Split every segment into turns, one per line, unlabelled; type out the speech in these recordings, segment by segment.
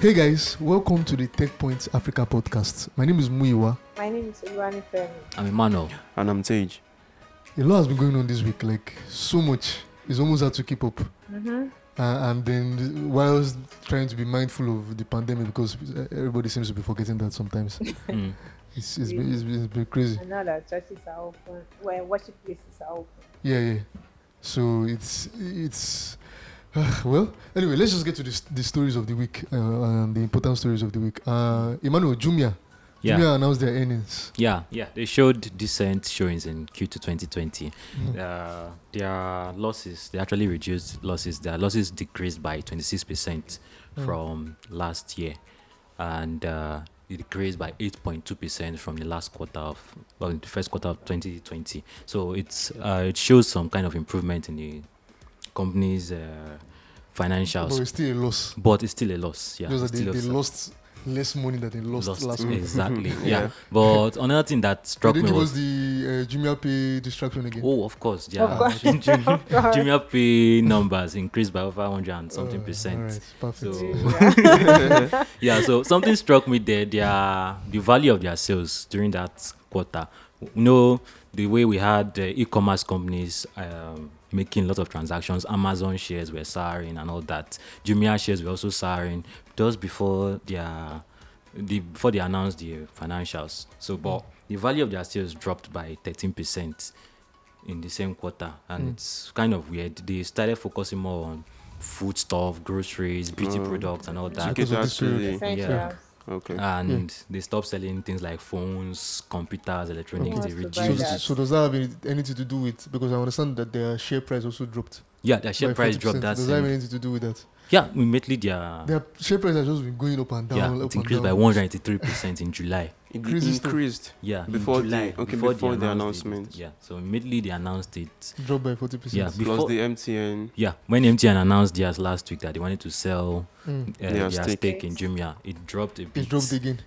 Hey guys, welcome to the Tech Point Africa podcast. My name is Muiwa.
My name is Ibrani Femi.
I'm Emmanuel.
And I'm Tej.
A lot has been going on this week, like so much. It's almost hard to keep up.
Mm-hmm.
Uh, and then whilst trying to be mindful of the pandemic because uh, everybody seems to be forgetting that sometimes.
Mm.
It's, it's, been, it's, been, it's been
Hmm.
crazy.
And now that churches are open, well, worship places are open.
Yeah, yeah. So it's it's uh, well. Anyway, let's just get to the, s- the stories of the week uh, and the important stories of the week. Uh, Emmanuel Jumia,
Yeah.
Jumia announced their earnings.
Yeah, yeah. They showed decent showings in Q2 2020. Uh, their losses, they actually reduced losses. Their losses decreased by 26% from last year, and uh, it decreased by 8.2% from the last quarter of, well, the first quarter of 2020. So it's uh, it shows some kind of improvement in the company's uh,
But
financials,
it's still a loss.
but it's still a loss. Yeah,
just that
it's
they,
still a
they
loss.
lost less money than they lost, last week.
exactly yeah.
Yeah.
but another thing that
They
struck me
didn't give us
was
the uh, Jumia Pay distraction again.
oh of course yeah
Of course.
junior,
God.
junior pay numbers increased by over 100 and something
Uh,
percent
alright,
Oh.
perfect.
So-
Yeah.
yeah so something struck me there their the value of their sales during that quarter you know the way we had uh, e-commerce companies um, making a lot of transactions amazon shares were soaring and all that jumia shares were also soaring just before their the before they announced the financials so but the value of their sales dropped by 13 percent in the same quarter and it's kind of weird they started focusing more on food stuff groceries beauty
Oh.
products and all that
Because
Tickets
of this
actually.
Essentials.
Okay.
and
Hmm.
they stopped selling things like phones, computers, electronics.
Hmm.
Who wants to
They
So,
buy
reduced.
that?
so does that have any- anything to do with because I understand that their share price also dropped.
Yeah, their share
by
price
40%.
dropped. That
Does that have
same.
anything to do with that?
Yeah, immediately their
Their share price has just been going up and down.
yeah,
up
it
and
increased by
down.
183 percent in July.
It
Increases to-
increased.
Yeah, in
Before the-
July,
okay,
they
before the
announced it.
announcement.
Yeah, so immediately they announced it.
Dropped by forty percent.
Yeah,
Plus
Before-
the MTN.
Yeah, when MTN announced theirs last week that they wanted to sell uh,
Mm.
their,
stake.
stake. in Jumia, it dropped a bit.
It dropped again.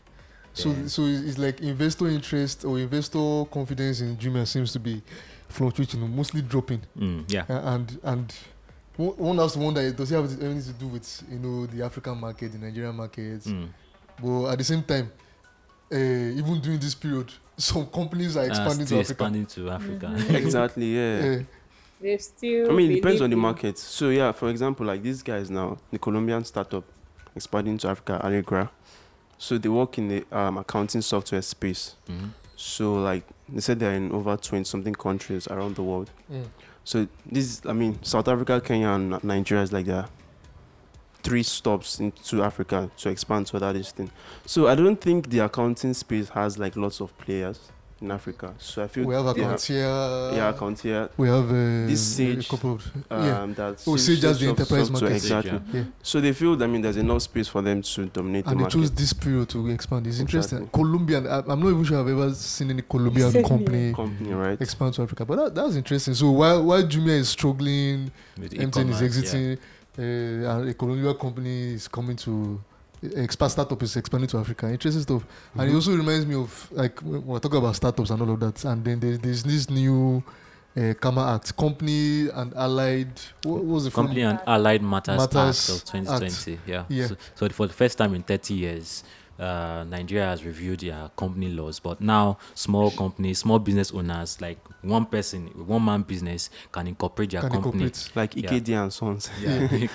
So,
Then-
so it's like investor interest or investor confidence in Jumia seems to be fluctuating, mostly dropping.
Mm, yeah,
Uh, and and one one has to wonder does it have anything to do with you know the African market, the Nigerian market?
mm.
But at the same time, uh, even during this period, some companies are
Uh,
expanding
still
to Africa.
expanding to Africa.
exactly, yeah.
Eh,
They've still.
I mean, it
believe
depends on the
in-
market. So, yeah, for example, like these guys now, the Colombian startup expanding to Africa, Allegra. So, they work in the um, accounting software space.
Mm.
So, like, they said they're in over 20 something countries around the world.
mm.
So, this, I mean, South Africa, Kenya, and Nigeria is like their three stops into Africa to expand to other this thing. So, I don't think the accounting space has like lots of players in Africa. So, I feel
We have
they
accounts here.
yeah, account here.
We have uh,
This
a
Sage,
couple of
Um,
yeah.
That's
Oh, Sage has the enterprise market. Sage,
Exactly.
yeah.
Yeah.
So they feel, I mean, there's enough space for them to dominate
And
the
they
market.
chose this period to expand. It's interesting.
Exactly.
Colombian. I, I'm not even sure I've ever seen any Colombian
Same here.
company
company, right?
expand to Africa. But that, that was interesting. So while while Jumia is struggling,
With
MTN is
e-commerce, yeah.
exiting, uh, and a Colombian company is coming to. Expat startup is expanding to Africa. Interesting stuff.
Mm-hmm.
And it also reminds me of like we- we're talking about startups and all of that. And then there's, there's this new uh, Kama Act, company and allied. What, what was the full
Company and Allied Matters,
Matters
Act of 2020. Yeah.
Yeah.
So, so for the first time in 30 years, uh, Nigeria has reviewed their company laws, but now small companies, small business owners, like one person, one man business, can incorporate their
Can
company.
incorporate.
Like
Yeah.
EKD and Sons.
Yeah, UK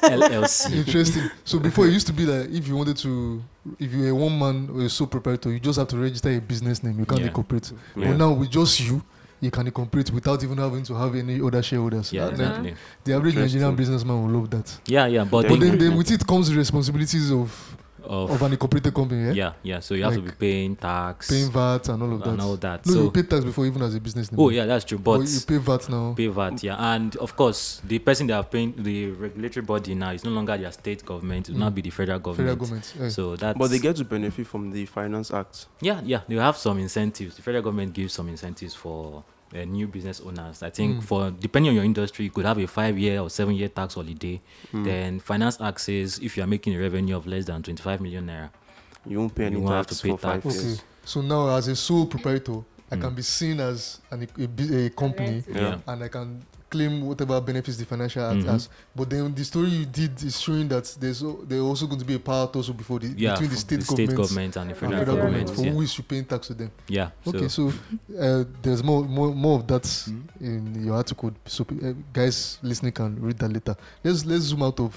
LLC.
Interesting. So before it used to be that if you wanted to, if you were one man or a sole proprietor, you just have to register a business name. You can't
Yeah.
incorporate.
Yeah.
But now with just you, you can incorporate without even having to have any other shareholders.
Yeah,
That- that-
exactly.
the average
Interesting.
Nigerian businessman will love that.
Yeah, yeah, but,
But
Thank
then,
you.
then with it comes the responsibilities of
of,
of an incorporated company, yeah?
yeah, yeah. So you have to
Like
be paying tax
paying VAT and all of that.
and all that.
No,
so
you pay tax before even as a business name.
oh yeah, that's true.
But
But
you pay VAT now.
pay VAT, yeah. And of course, the person they are paying, the regulatory body now, is no longer their state government, it will now be the federal government.
Federal government. eh.
So that's.
But they get to benefit from the Finance Act.
Yeah, yeah. They have some incentives. The federal government gives some incentives for uh, new business owners. I think
Mm.
for, depending on your industry, you could have a five year or seven year tax holiday.
Hmm.
Mm.
Then Finance Act says if you are making a revenue of less than 25 million naira,
You won't pay
You
any
won't have
tax
to pay
for five
okay.
tax.
years.
So now as a sole proprietor, I
Mm.
can be seen as an, a, bu- a company
Rent is-
Yeah.
Yeah.
and I can claim whatever benefits the financial act
Mhm.
has. But then the story you did is showing that there's o- there's also going to be a power tussle before the
yeah,
between the
f-
state,
state
governments
government
and
and the
and
federal,
federal government
government.
for who is you paying tax to them.
Yeah. yeah.
Okay, so, uh, there's more more more of that in your article. So pe- uh, guys listening can read that later. Let's let's zoom out of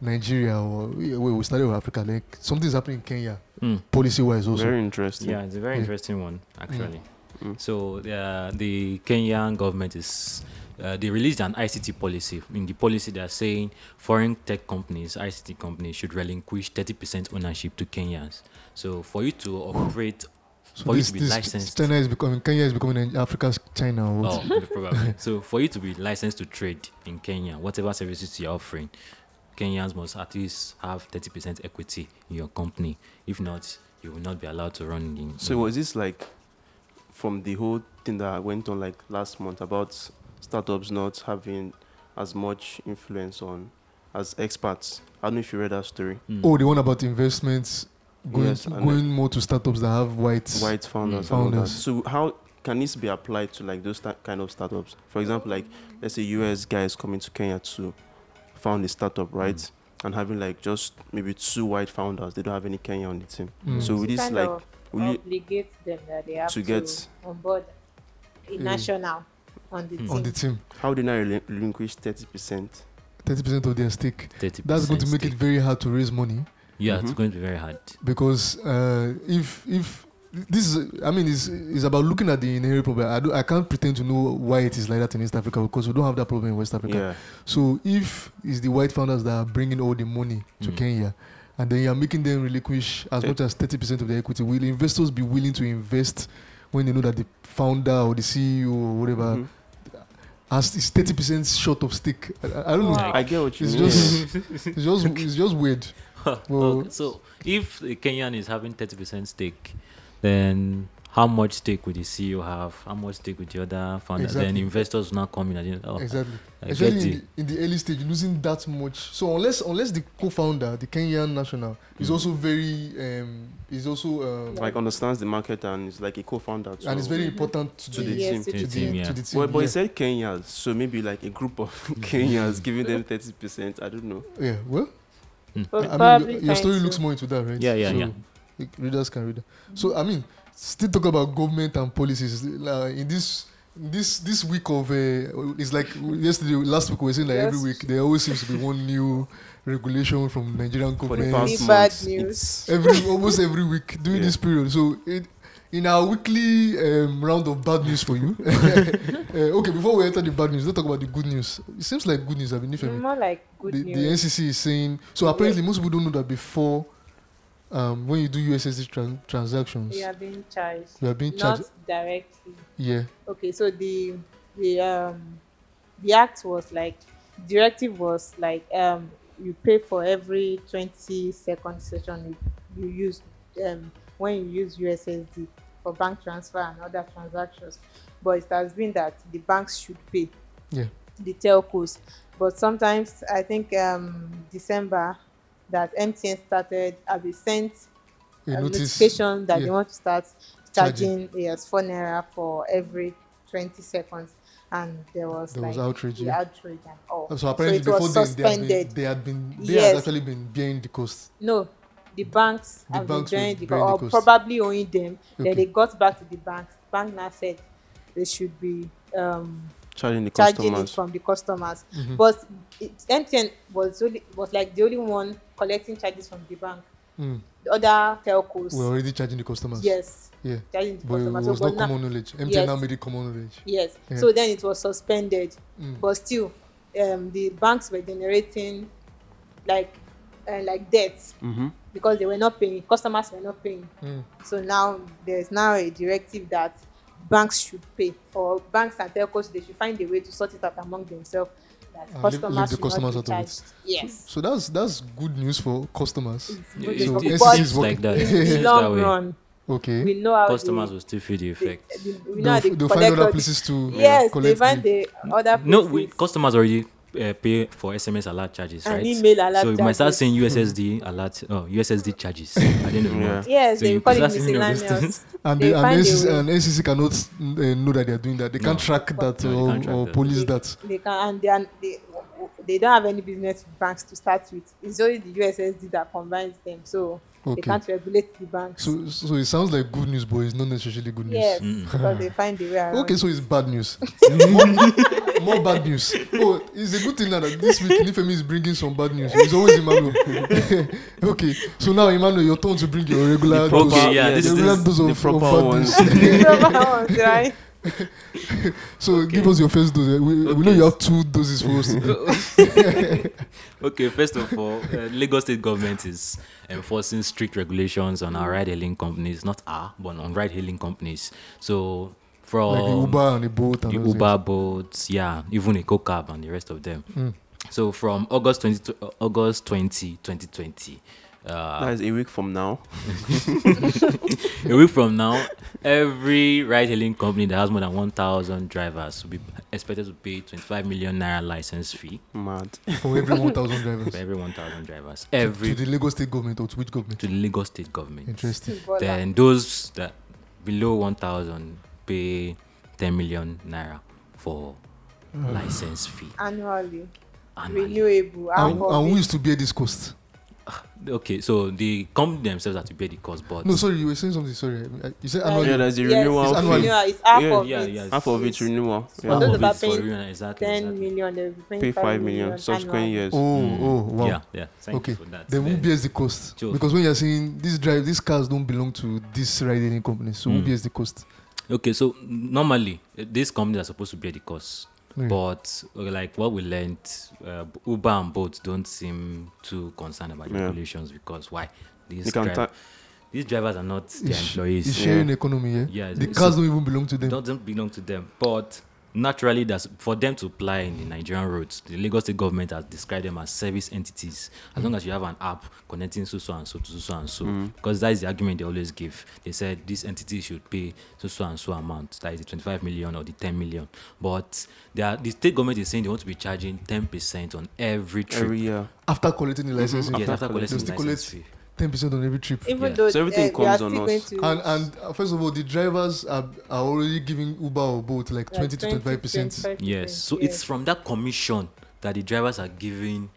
Nigeria or we, we started with Africa. Like something's happening in Kenya
Mm.
policy wise also.
Very interesting.
Yeah, it's a very
Yeah.
interesting one actually.
Mm.
So uh, the Kenyan government is uh, they released an ICT policy. In the policy, they are saying foreign tech companies, ICT companies, should relinquish thirty percent ownership to Kenyans. So for you to operate,
so
for you to be licensed,
China is becoming Kenya is becoming Nig- Africa's China. or what?
oh, probably. So for you to be licensed to trade in Kenya, whatever services you're offering, Kenyans must at least have thirty percent equity in your company. If not, you will not be allowed to run in.
So
in-
was this like from the whole thing that went on like last month about startups not having as much influence on as experts? I don't know if you read that story.
Mm.
Oh, the one about investments going
Yes, and
going more to startups that have white.
White founders.
Mm.
and all that.
Founders.
So how can this be applied to like those sta- kind of startups? For example, like let's say US guys coming to Kenya to found a startup, right?
Mm.
And having like just maybe two white founders, they don't have any Kenya on the team.
Mm.
So with
It
this,
kind
like,
of
will you,
obligate them that they have
to
to,
get-
on board a
Mm.
national on the team.
on the team,
how do they now rel- relinquish thirty percent?
thirty percent of their stake.
30%
That's going to make
stake.
it Mm-hmm. very hard to raise money.
Yeah, it's
Mhm.
going to be very hard.
because uh, if if this is I mean it's, it's about looking at the inherent problem. I, do, I can't pretend to know why it is like that in East Africa because we don't have that problem in West Africa.
Yeah.
So if it's the white founders that are bringing all the money to
Mm.
Kenya, and then you are making them relinquish as
Eh.
much as thirty percent of their equity, will investors be willing to invest when they know that the founder or the CEO or whatever
Mhm.
has is thirty percent short of stake? I, I- I don't know.
Wow.
I get what you
It's
mean.
just it's just it's just weird. Well-
Okay, so if a Kenyan is having thirty percent stake, then how much stake would the CEO have? How much stake would the other founder? Then
Exactly.
investors will not come in. And, oh,
Exactly.
I get
especially
you.
in the, in the early stage losing that much so unless unless the co-founder the kenyan national is
Mm.
also very um is also um,
like understands the market and is like a co-founder too.
and it's very important to,
to
the,
the
to,
Yes,
team.
to
the,
the team, yeah.
to the team
Well, but
yeah.
he said Kenyans, so maybe like a group of Kenyans giving them thirty percent. I don't know.
yeah well
But
I mean,
probably
your, your story
trying
looks
to-
more into that right
Yeah, yeah,
so
yeah.
the readers can read that. so i mean still talk about government and policies uh, in this this this week of uh, it's like yesterday last week we were saying like every
Yes.
week there always seems to be one new regulation from nigerian
For
government
the past
Bad
months,
news.
it's-
every almost every week during
Yeah.
this period. So it, in our weekly um, round of bad news for you. uh, okay, before we enter the bad news, let's talk about the good news. It seems like good news. I mean, if I'm-
More like Mm, good
the, the
news.
NCC is saying so. Apparently, most people don't know that before, um, when you do USSD tran- transactions,
you are being charged.
you are being
Not
charged.
directly.
Yeah,
Okay, so the the um the act was like directive was like um you pay for every twenty second session you, you use um when you use USSD for bank transfer and other transactions, but it has been that the banks should pay
yeah.
the telcos, but sometimes I think um December that MTN started have been sent
A notice.
a uh, notification that
yeah.
they want to start
Charging.
charging, yes four naira for every 20 seconds and there was
There
like
was outrage,
the
yeah.
outrage and all
Uh, So apparently,
it
before
was
then, they had
suspended
been, they had been they had
Yes.
actually been bearing the cost.
no the banks
The
have been
banks were
joining the
bearing
co-
the
or
cost.
probably owing them
Okay.
then they got back to the banks bank now said they should be um
charging the
charging it
customers.
from the customers
Mhm.
but it, mtn was only was like the only one collecting charges from the bank
Mm.
the other telcos
We're already charging the customers.
yes
Yeah.
charging the
But it
customers So,
was
but
not
now-
common knowledge. MTN
Yes.
now made it common knowledge.
Yes.
Yeah.
So then it was suspended,
Mm.
but still, um, the banks were generating like uh, like debts
Mm-hmm.
because they were not paying. Customers were not paying.
Mm.
So now there's now a directive that banks should pay, or banks and telcos they should find a way to sort it out among themselves that
And leave- leave
customers
the
should
customers
not be
out of it.
charged. Yes.
So that's that's good news for customers.
It's
Yeah,
good
it-
for-
So
it
but
NCC is
seems
working.
like that. It
in
seems
the
that
long
way. Hmm?
run, Mm. we
Okay.
know how
Customers
the,
will still feel the
the,
effect.
the, we know
They'll,
how
f-
they
they'll
collect
find
all
other
the-
places to
yes, they
collect.
find
the-
the other places.
No, we, customers already uh, pay for SMS alert charges,
And
right?
email alert
so you might start
charges. Hmm.
saying USSD alert, oh USSD charges. I didn't know.
Yeah.
Yes,
So
they
you
will call it
possess any of those
miscellaneous.
and
They
the,
find
and,
a
ACC,
way.
and ACC cannot uh, know that they are doing that. They can't
No.
track that
No, they
or,
can't track
or
that.
police that.
They can and they, are, they they don't have any business with banks to start with. It's only the USSD that combines them, so
Okay.
they can't regulate the banks.
So so it sounds like good news, but it's not necessarily good news.
yes, because they find a way around.
Okay, so it's bad news. more, more bad news. Oh, it's a good thing now that this week Nifemi is bringing some bad news. It's always Emmanuel. okay, so now Emmanuel, your turn to bring your regular
proper-
dose.
yeah, this
your
is-
regular
this
dose
is
of,
the
of
proper
bad
one.
news.
Proper ones, right?
So give us your first dose. We, we know
Okay.
you have two doses for us. today.
okay, first of all, uh, Lagos state government is enforcing strict regulations on our ride-hailing companies, not our, but on ride-hailing companies. So from
like the Uber and the Bolt and
the
all those
Uber boats, yeah, even a cab and the rest of them.
Hmm.
So from August 20, to- uh, August 20, 2020, uh,
that is a week from now.
a week from now, every ride-hailing company that has more than 1,000 drivers will be expected to pay 25 million naira license fee
Mad.
things for every 1,000 drivers.
for every 1,000 drivers.
to
Every
the Lagos state government or to which government?
to the Lagos state government.
Interesting.
Ebola.
Then those that below 1,000 pay 10 million naira for
Mm.
license fee
annually,
annually.
renewable.
And,
alcohol
and who
based.
is to bear this cost?
Okay, so the company themselves have to pay the cost, but
No, sorry, you were saying something. Sorry, I- you said annual.
Yeah, there's a
Yes,
renewal
it's
fee.
renewal. It's half
Yeah,
of
yeah,
it.
yeah.
Half of it
It's
renewal.
For those
Yeah.
half
that are
of it for
paying
real, exactly,
Ten
exactly. Mm.
million, they will pay
Pay five million subsequent
annually.
years.
Oh, oh, wow.
Yeah, yeah. Thank
Okay.
you for that.
Then who
Then-
bears the cost?
Sure.
Because when you're saying these drive, these cars don't belong to this riding company, so who
Mm.
bears the cost?
Okay, so normally uh, these companies are supposed to bear the cost,
Mm.
but uh, like what we learned, uh, Uber and Bolt don't seem too concerned about the
Yeah.
regulations because why? These,
You can
driv-
ta-
these drivers are not their
It's- It's
employees;
sharing economy, yeah.
Yeah,
the
it's-
cars don't even belong to them.
doesn't belong to them. But naturally, that's for them to apply in the Nigerian roads. The Lagos state government has described them as service entities. As long as you have an app connecting so so and so to so so and so, because that is the argument they always give. They said this entity should pay so so and so amount. That is the 25 million or the 10 million. But they are, the state government is saying they want to be charging 10 percent on every trip.
Every year.
After collecting the license,
Mm-hmm. Yes,
after,
after collecting
they still
license
collect
fee.
ten percent on every trip.
Even
Yeah.
though
So everything
uh, we are
comes on
still
us.
going to
And and uh, first of all, the drivers are, are already giving Uber or Bolt like
like
twenty to twenty five percent.
25%,
Yes. So it's from that commission that the drivers are giving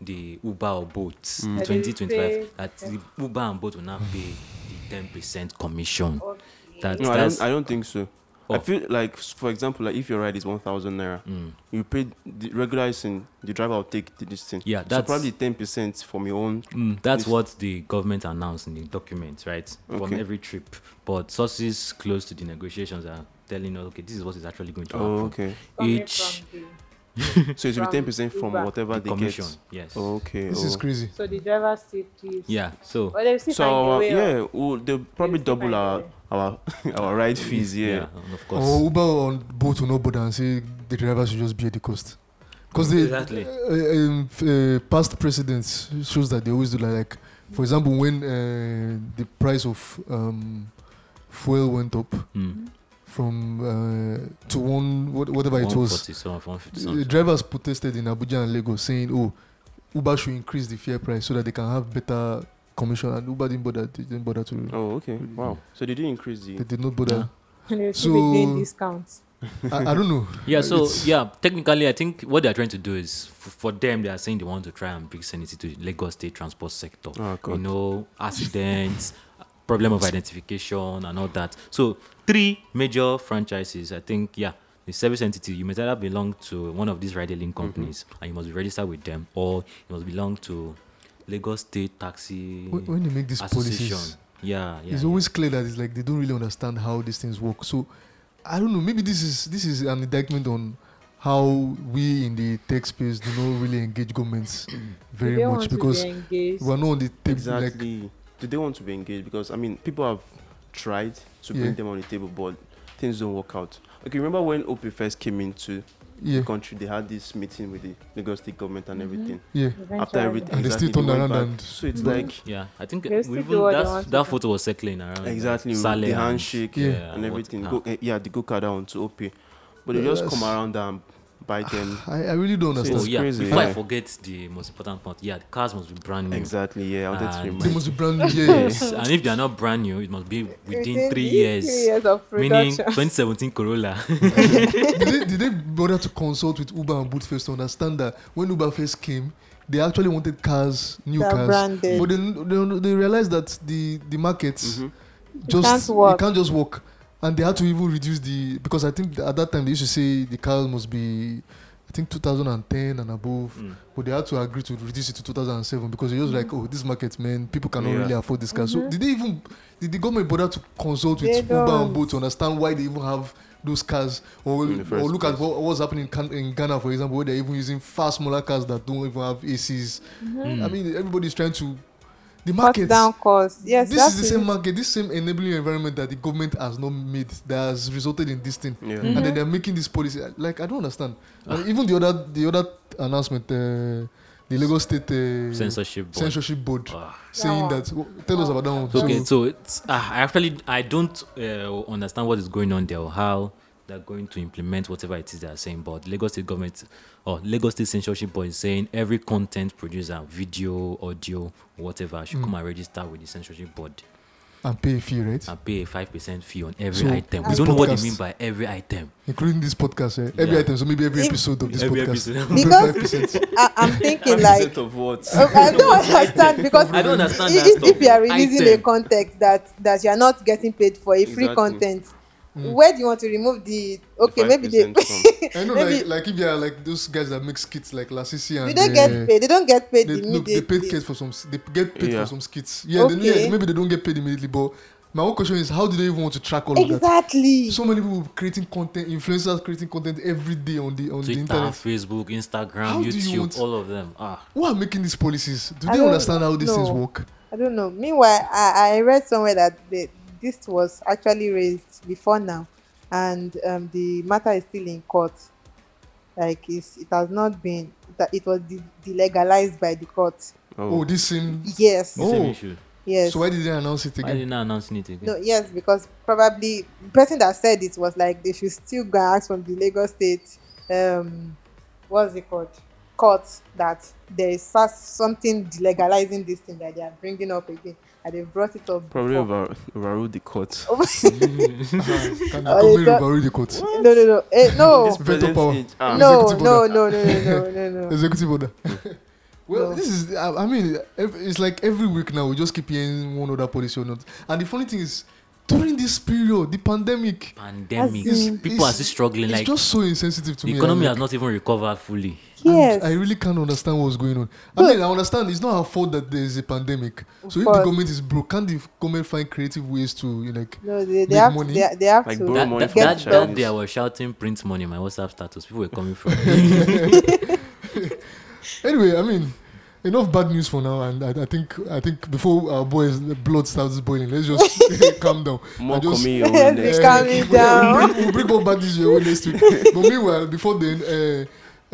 the Uber or Bolt in
Mm. That they
2025
pay-
that the Uber and Bolt will now pay the 10% commission.
Oh. Okay.
That-
No, I
That's-
don't. I don't think so. I
Oh.
feel like, s- for example, like if your ride is one thousand naira,
Mm.
you pay the regularizing. The driver will take the distance.
Yeah,
So
that's
probably ten percent from your own.
Mm, that's
It's-
what the government announced in the document, right? From
Okay.
every trip. But sources close to the negotiations are telling us, okay, this is what is actually going to happen.
Oh, okay.
Coming
Each
from
So it will be
From
ten percent from
Uber.
whatever
the
they
commission.
get.
Yes.
Oh, okay.
This
oh.
is crazy.
the- so the driver still keeps.
Yeah. So
Well, they still
So
find a
our,
way of-
yeah, we'll, they'll probably
still find
double
a
our
way.
our our ride fees. Yeah. Oh.
and of course.
Or Uber or Bolt will not bother and say the drivers should just bear the cost. Because they
Exactly.
uh, um, f- uh, past precedents shows that they always do like, like for example, when uh, the price of um, fuel went up
Mm.
from uh, to one what, whatever it was,
140, some- 150,
the
something.
drivers protested in Abuja and Lagos saying, "Oh, Uber should increase the fare price so that they can have better commission." And Uber didn't bother. They didn't bother to.
Oh, okay.
Mm-hmm.
Wow. So they did increase the.
They did not bother.
Yeah.
And they
So-
still be doing discounts.
I, I don't know.
Yeah,
Uh,
so
It's-
yeah, technically, I think what they're trying to do is f- for them, they are saying they want to try and bring sanity to the Lagos state transport sector.
Oh
you
God.
know, accidents, problem of identification, and all that. So, three major franchises, I think, yeah, the service entity, you must either belong to one of these ride hailing
Mm-hmm.
companies and you must be registered with them, or you must belong to Lagos State Taxi
when, when they make these
Association.
policies,
Yeah, yeah.
it's
yeah.
always clear that it's like they don't really understand how these things work. So I don't know. Maybe this is this is an indictment on how we in the tech space do not really engage governments
They
very
don't
much
want to be
because
engaged.
we are not on the table. Like,
Exactly. Do they want to be engaged? Because I mean, people have tried to
Yeah.
bring them on the table, but things don't work out. Okay, remember when OP first came into
yeah,
the country? They had this meeting with the Lagos state government and everything.
yeah.
After
Eventually.
everything,
And they still
exactly,
turned
went
around
back.
and-
so it's
Mhm.
like
yeah, I think
They still
we
do
even,
what they
that's,
want to
that
do.
photo was circling around.
exactly with
Saleh
the
and-
handshake
Mm. Yeah.
and
what-
everything.
ah.
Go, eh, yeah, the go car down to OP, but they just
Yes.
come around and buy them.
I, I really don't
So
understand.
oh
It's
yeah,
crazy,
before I
yeah.
forget the most important part, yeah, the cars must be brand new.
exactly, yeah. I wanted
And-
to
Mm. They
remind
must be brand new. Yeah, yeah.
Yes, and if they are not brand new, it must be within three
three
years,
years of
meaning
production.
2017 Corolla.
did, they, did they bother to consult with Uber and Boot first to understand that when Uber first came, they actually wanted cars, new
They're
cars,
branded.
but then they, they realized that the the markets
Mhm.
just
can't work.
it can't just work, and they had to even reduce the because I think at that time they used to say the cars must be. I think 2010 and above,
Mm.
but they had to agree to reduce it to 2007 because they
Mm.
just like, oh, this market, man, people cannot
Yeah.
really afford this car. So
Mhm.
did they even did the government bother to consult with
They
Uber and
don't.
Bolt to understand why they even have those cars or
In the
or
first
look at
place.
what, what's happening in, Can- in Ghana, for example, where they're even using far smaller cars that don't even have ACs. I mean, everybody's trying to. The
Mm-hmm. Cut
market.
down costs. Yes,
this
that's
is the same market, this same enabling environment that the government has not made that has resulted in this thing.
Yeah.
And
Mm-hmm.
then they're making this policy. Like, I don't understand. And even the other the other announcement, uh, the Lagos State uh,
Censorship board.
Censorship Board
Ah.
saying
That
that. Tell us about that one.
Okay,
So-
so it's uh, I actually I don't uh, understand what is going on there or how they're going to implement whatever it is they are saying. But Lagos State government or Lagos State censorship board is saying every content producer, video, audio, whatever,
Hmm.
should come and register with the censorship board
and pay a fee, right?
and pay a five percent fee on every
So,
item. We
this
don't know what they
podcast-
mean by every item.
Including this podcast, eh? every
Yeah.
item, so maybe every
If-
episode of this
Every
podcast.
episode.
Pay
Because-
5%.
I, I'm thinking
Mindset
like
of what?
Oh, I don't understand because
I don't understand
if,
that
if you
stuff.
are releasing
Item.
a content that that you are not getting paid for a free
Exactly.
content,
Mm.
where do you want to remove the okay maybe they
5% from-
I know,
Maybe-
like, like if you are like those guys that make skits, like Lasisi and
you don't
uh,
get paid they don't get paid
They, no,
immediately.
they paid kids for some. s- They get paid
Yeah.
for some skits. Yeah, they,
Okay.
yeah, maybe they don't get paid immediately. But my own question is, how do they even want to track all of that?
exactly.
So many people creating content, influencers creating content every day on the on the
Twitter,
internet.
Facebook, Instagram,
How do you
YouTube,
want-
all of them. Ah,
Who are making these policies? Do
I
they
don't
understand how these things
know.
work?
I don't know. Meanwhile, I, I read somewhere that the, this was actually raised before now, and um, the matter is still in court. Like it's, it has not been that it was de- delegalized by the court.
Oh,
Oh,
this same.
Yes.
Oh.
same issue.
Yes.
So why did they announce it
Why
again?
didn't I announce it again?
No, yes, because probably the person that said it was like they should still go and ask from the Lagos State, um, what's it called, court that there is such something legalizing this thing that they are bringing up again, and they brought it up.
probably
before.
over, overruled the court.
Can
Oh,
the
it's not-
read the court?
No, no, no, eh, no,
This present
power.
age, ah,
no,
executive
no, no,
order.
no, no, no, no, no.
Executive order. well,
Mm. No.
this is, I, I mean, ev- it's like every week now, we just keep hearing one other policy or not. And the funny thing is, during this period, the pandemic,
Pandemic.
As
in-
People are
it's-
still struggling.
it's
Like
just so insensitive to
the
me.
economy
I'm
has not even recovered fully.
And
Yes,
I really can't understand what's going on. I
But-
mean, I understand it's not our fault that there is a pandemic. So if the
course.
government is broke, can't the government find creative ways to you know, like?
no, they,
Make
they have,
money.
to, they, they have
Like
to
borrow
That,
money
that,
from
that,
the
that
Chinese.
day I was shouting print money in my WhatsApp status. People were coming from.
Anyway, I mean, enough bad news for now. And I, I think I think before our boys blood starts boiling, let's just calm down.
More
And just-
coming your
Yes,
own
we
next
calm
week.
it
We'll
down.
bring, we'll bring more bad news your way next week. But meanwhile, before then, uh,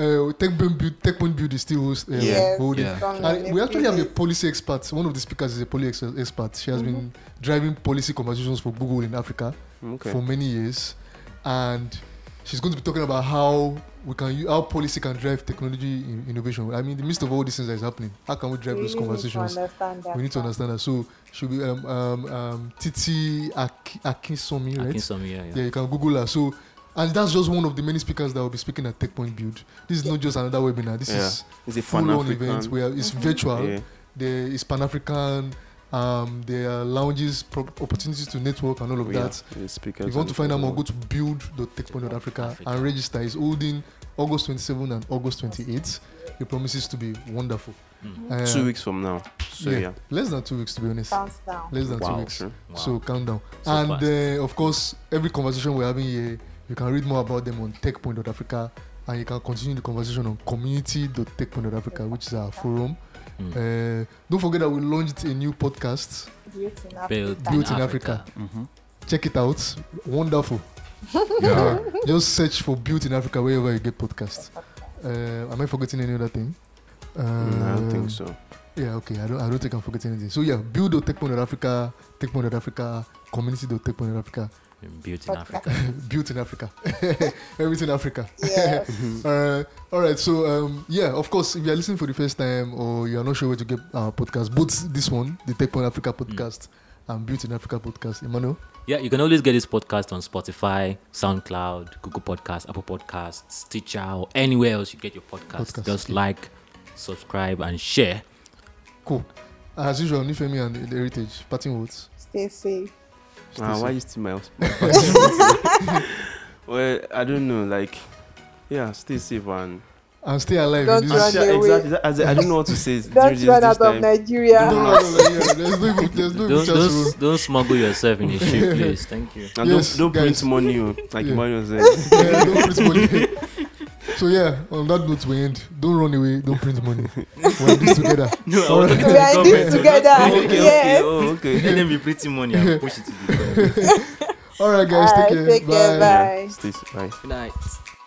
uh, Tech Point Build, Tech Point Build is still host, uh,
Yes,
holding.
Yeah.
come on,
And we
if
actually
you
have a
did-
policy expert. One of the speakers is a policy ex- expert. She has been driving policy conversations for Google in Africa
Mm-hmm. Mm, Okay.
for many years, and she's going to be talking about how we can u- how policy can drive technology in, innovation. I mean, in the midst of all these things that is happening, how can we drive
we
those
really need to
conversations?
understand that
We need to
part.
understand that. So she'll be um, um, um, Titi Aki- Akinsomi, right?
Akinsomi, yeah, yeah.
Yeah, you can Google her. So, and that's just one of the many speakers that will be speaking at TechPoint Build. This is not just another webinar. This
Yeah.
is
It's a
full-on
Pan-African-
event where it's
Mm-hmm.
virtual.
Yeah.
There is Pan African. Um, there are lounges, pro- opportunities to network, and all of
Yeah,
that.
the speakers
If you want
and
to find out more,
everyone.
go to build.techpoint.africa
Africa.
and register. It's holding August 27 and August 28. It promises to be wonderful.
Mm.
Uh,
Hmm. two weeks from now. So yeah.
less than two weeks to be honest.
Sounds down.
Less than two
Wow. Mm,
weeks.
Sure.
Wow.
So countdown.
So
and
fast.
uh, of course, every conversation we're having here, you can read more about them on techpoint.africa and you can continue the conversation on community.techpoint.africa, which is our forum.
Mm.
Uh, don't forget that we launched a new podcast.
Built in
Built
Africa.
Built in Africa. Check it out. Wonderful.
Yeah.
Just search for Built in Africa wherever you get podcasts. Uh, am I forgetting any other thing? Uh,
Mm, I don't think so.
Yeah, okay. I don't, I don't think I'm forgetting anything. So yeah, build.techpoint.africa, techpoint.africa, community.techpoint.africa.
Mm, built in Africa.
built in Africa. Everything Africa.
Yes.
Mm-hmm.
Uh, all right. So um, yeah, of course, if you are listening for the first time or you are not sure where to get our podcast, both this one, the Tech Point Africa podcast, and Built in Africa podcast, Emmanuel.
Yeah, you can always get this podcast on Spotify, SoundCloud, Google Podcasts, Apple Podcasts, Stitcher, or anywhere else you get your podcast.
Podcast,
Just
yeah.
like, subscribe, and share.
Cool. As usual, Nifemi and the Heritage parting words.
Stay safe.
Stay
Ah, why
safe.
you steal my hus- well, I don't know. Like, yeah, stay safe and.
And stay alive.
Don't
in this-
and
Run
sure-
away.
exactly. that- as I I don't know what to say during
Don't
this,
run
this
out of
time.
No,
Nigeria.
no, no, no, yeah, there's no even- there's no even chance
Don't,
to run.
don't, don't smuggle yourself in a ship, please. Thank you.
And
Yes,
don't, don't
guys.
print money, oh, like
Yeah.
Mario said.
Yeah, don't print money. So yeah, on that note we end. Don't run away. Don't print money. We're in this together.
No, I
All right.
wanted to
We are in this
go back.
together.
okay, okay,
Yes.
oh, okay.
Let them be pretty money and push it to the
All right, guys.
All right,
take care.
take care. Bye.
Stay safe. Bye.
Good night.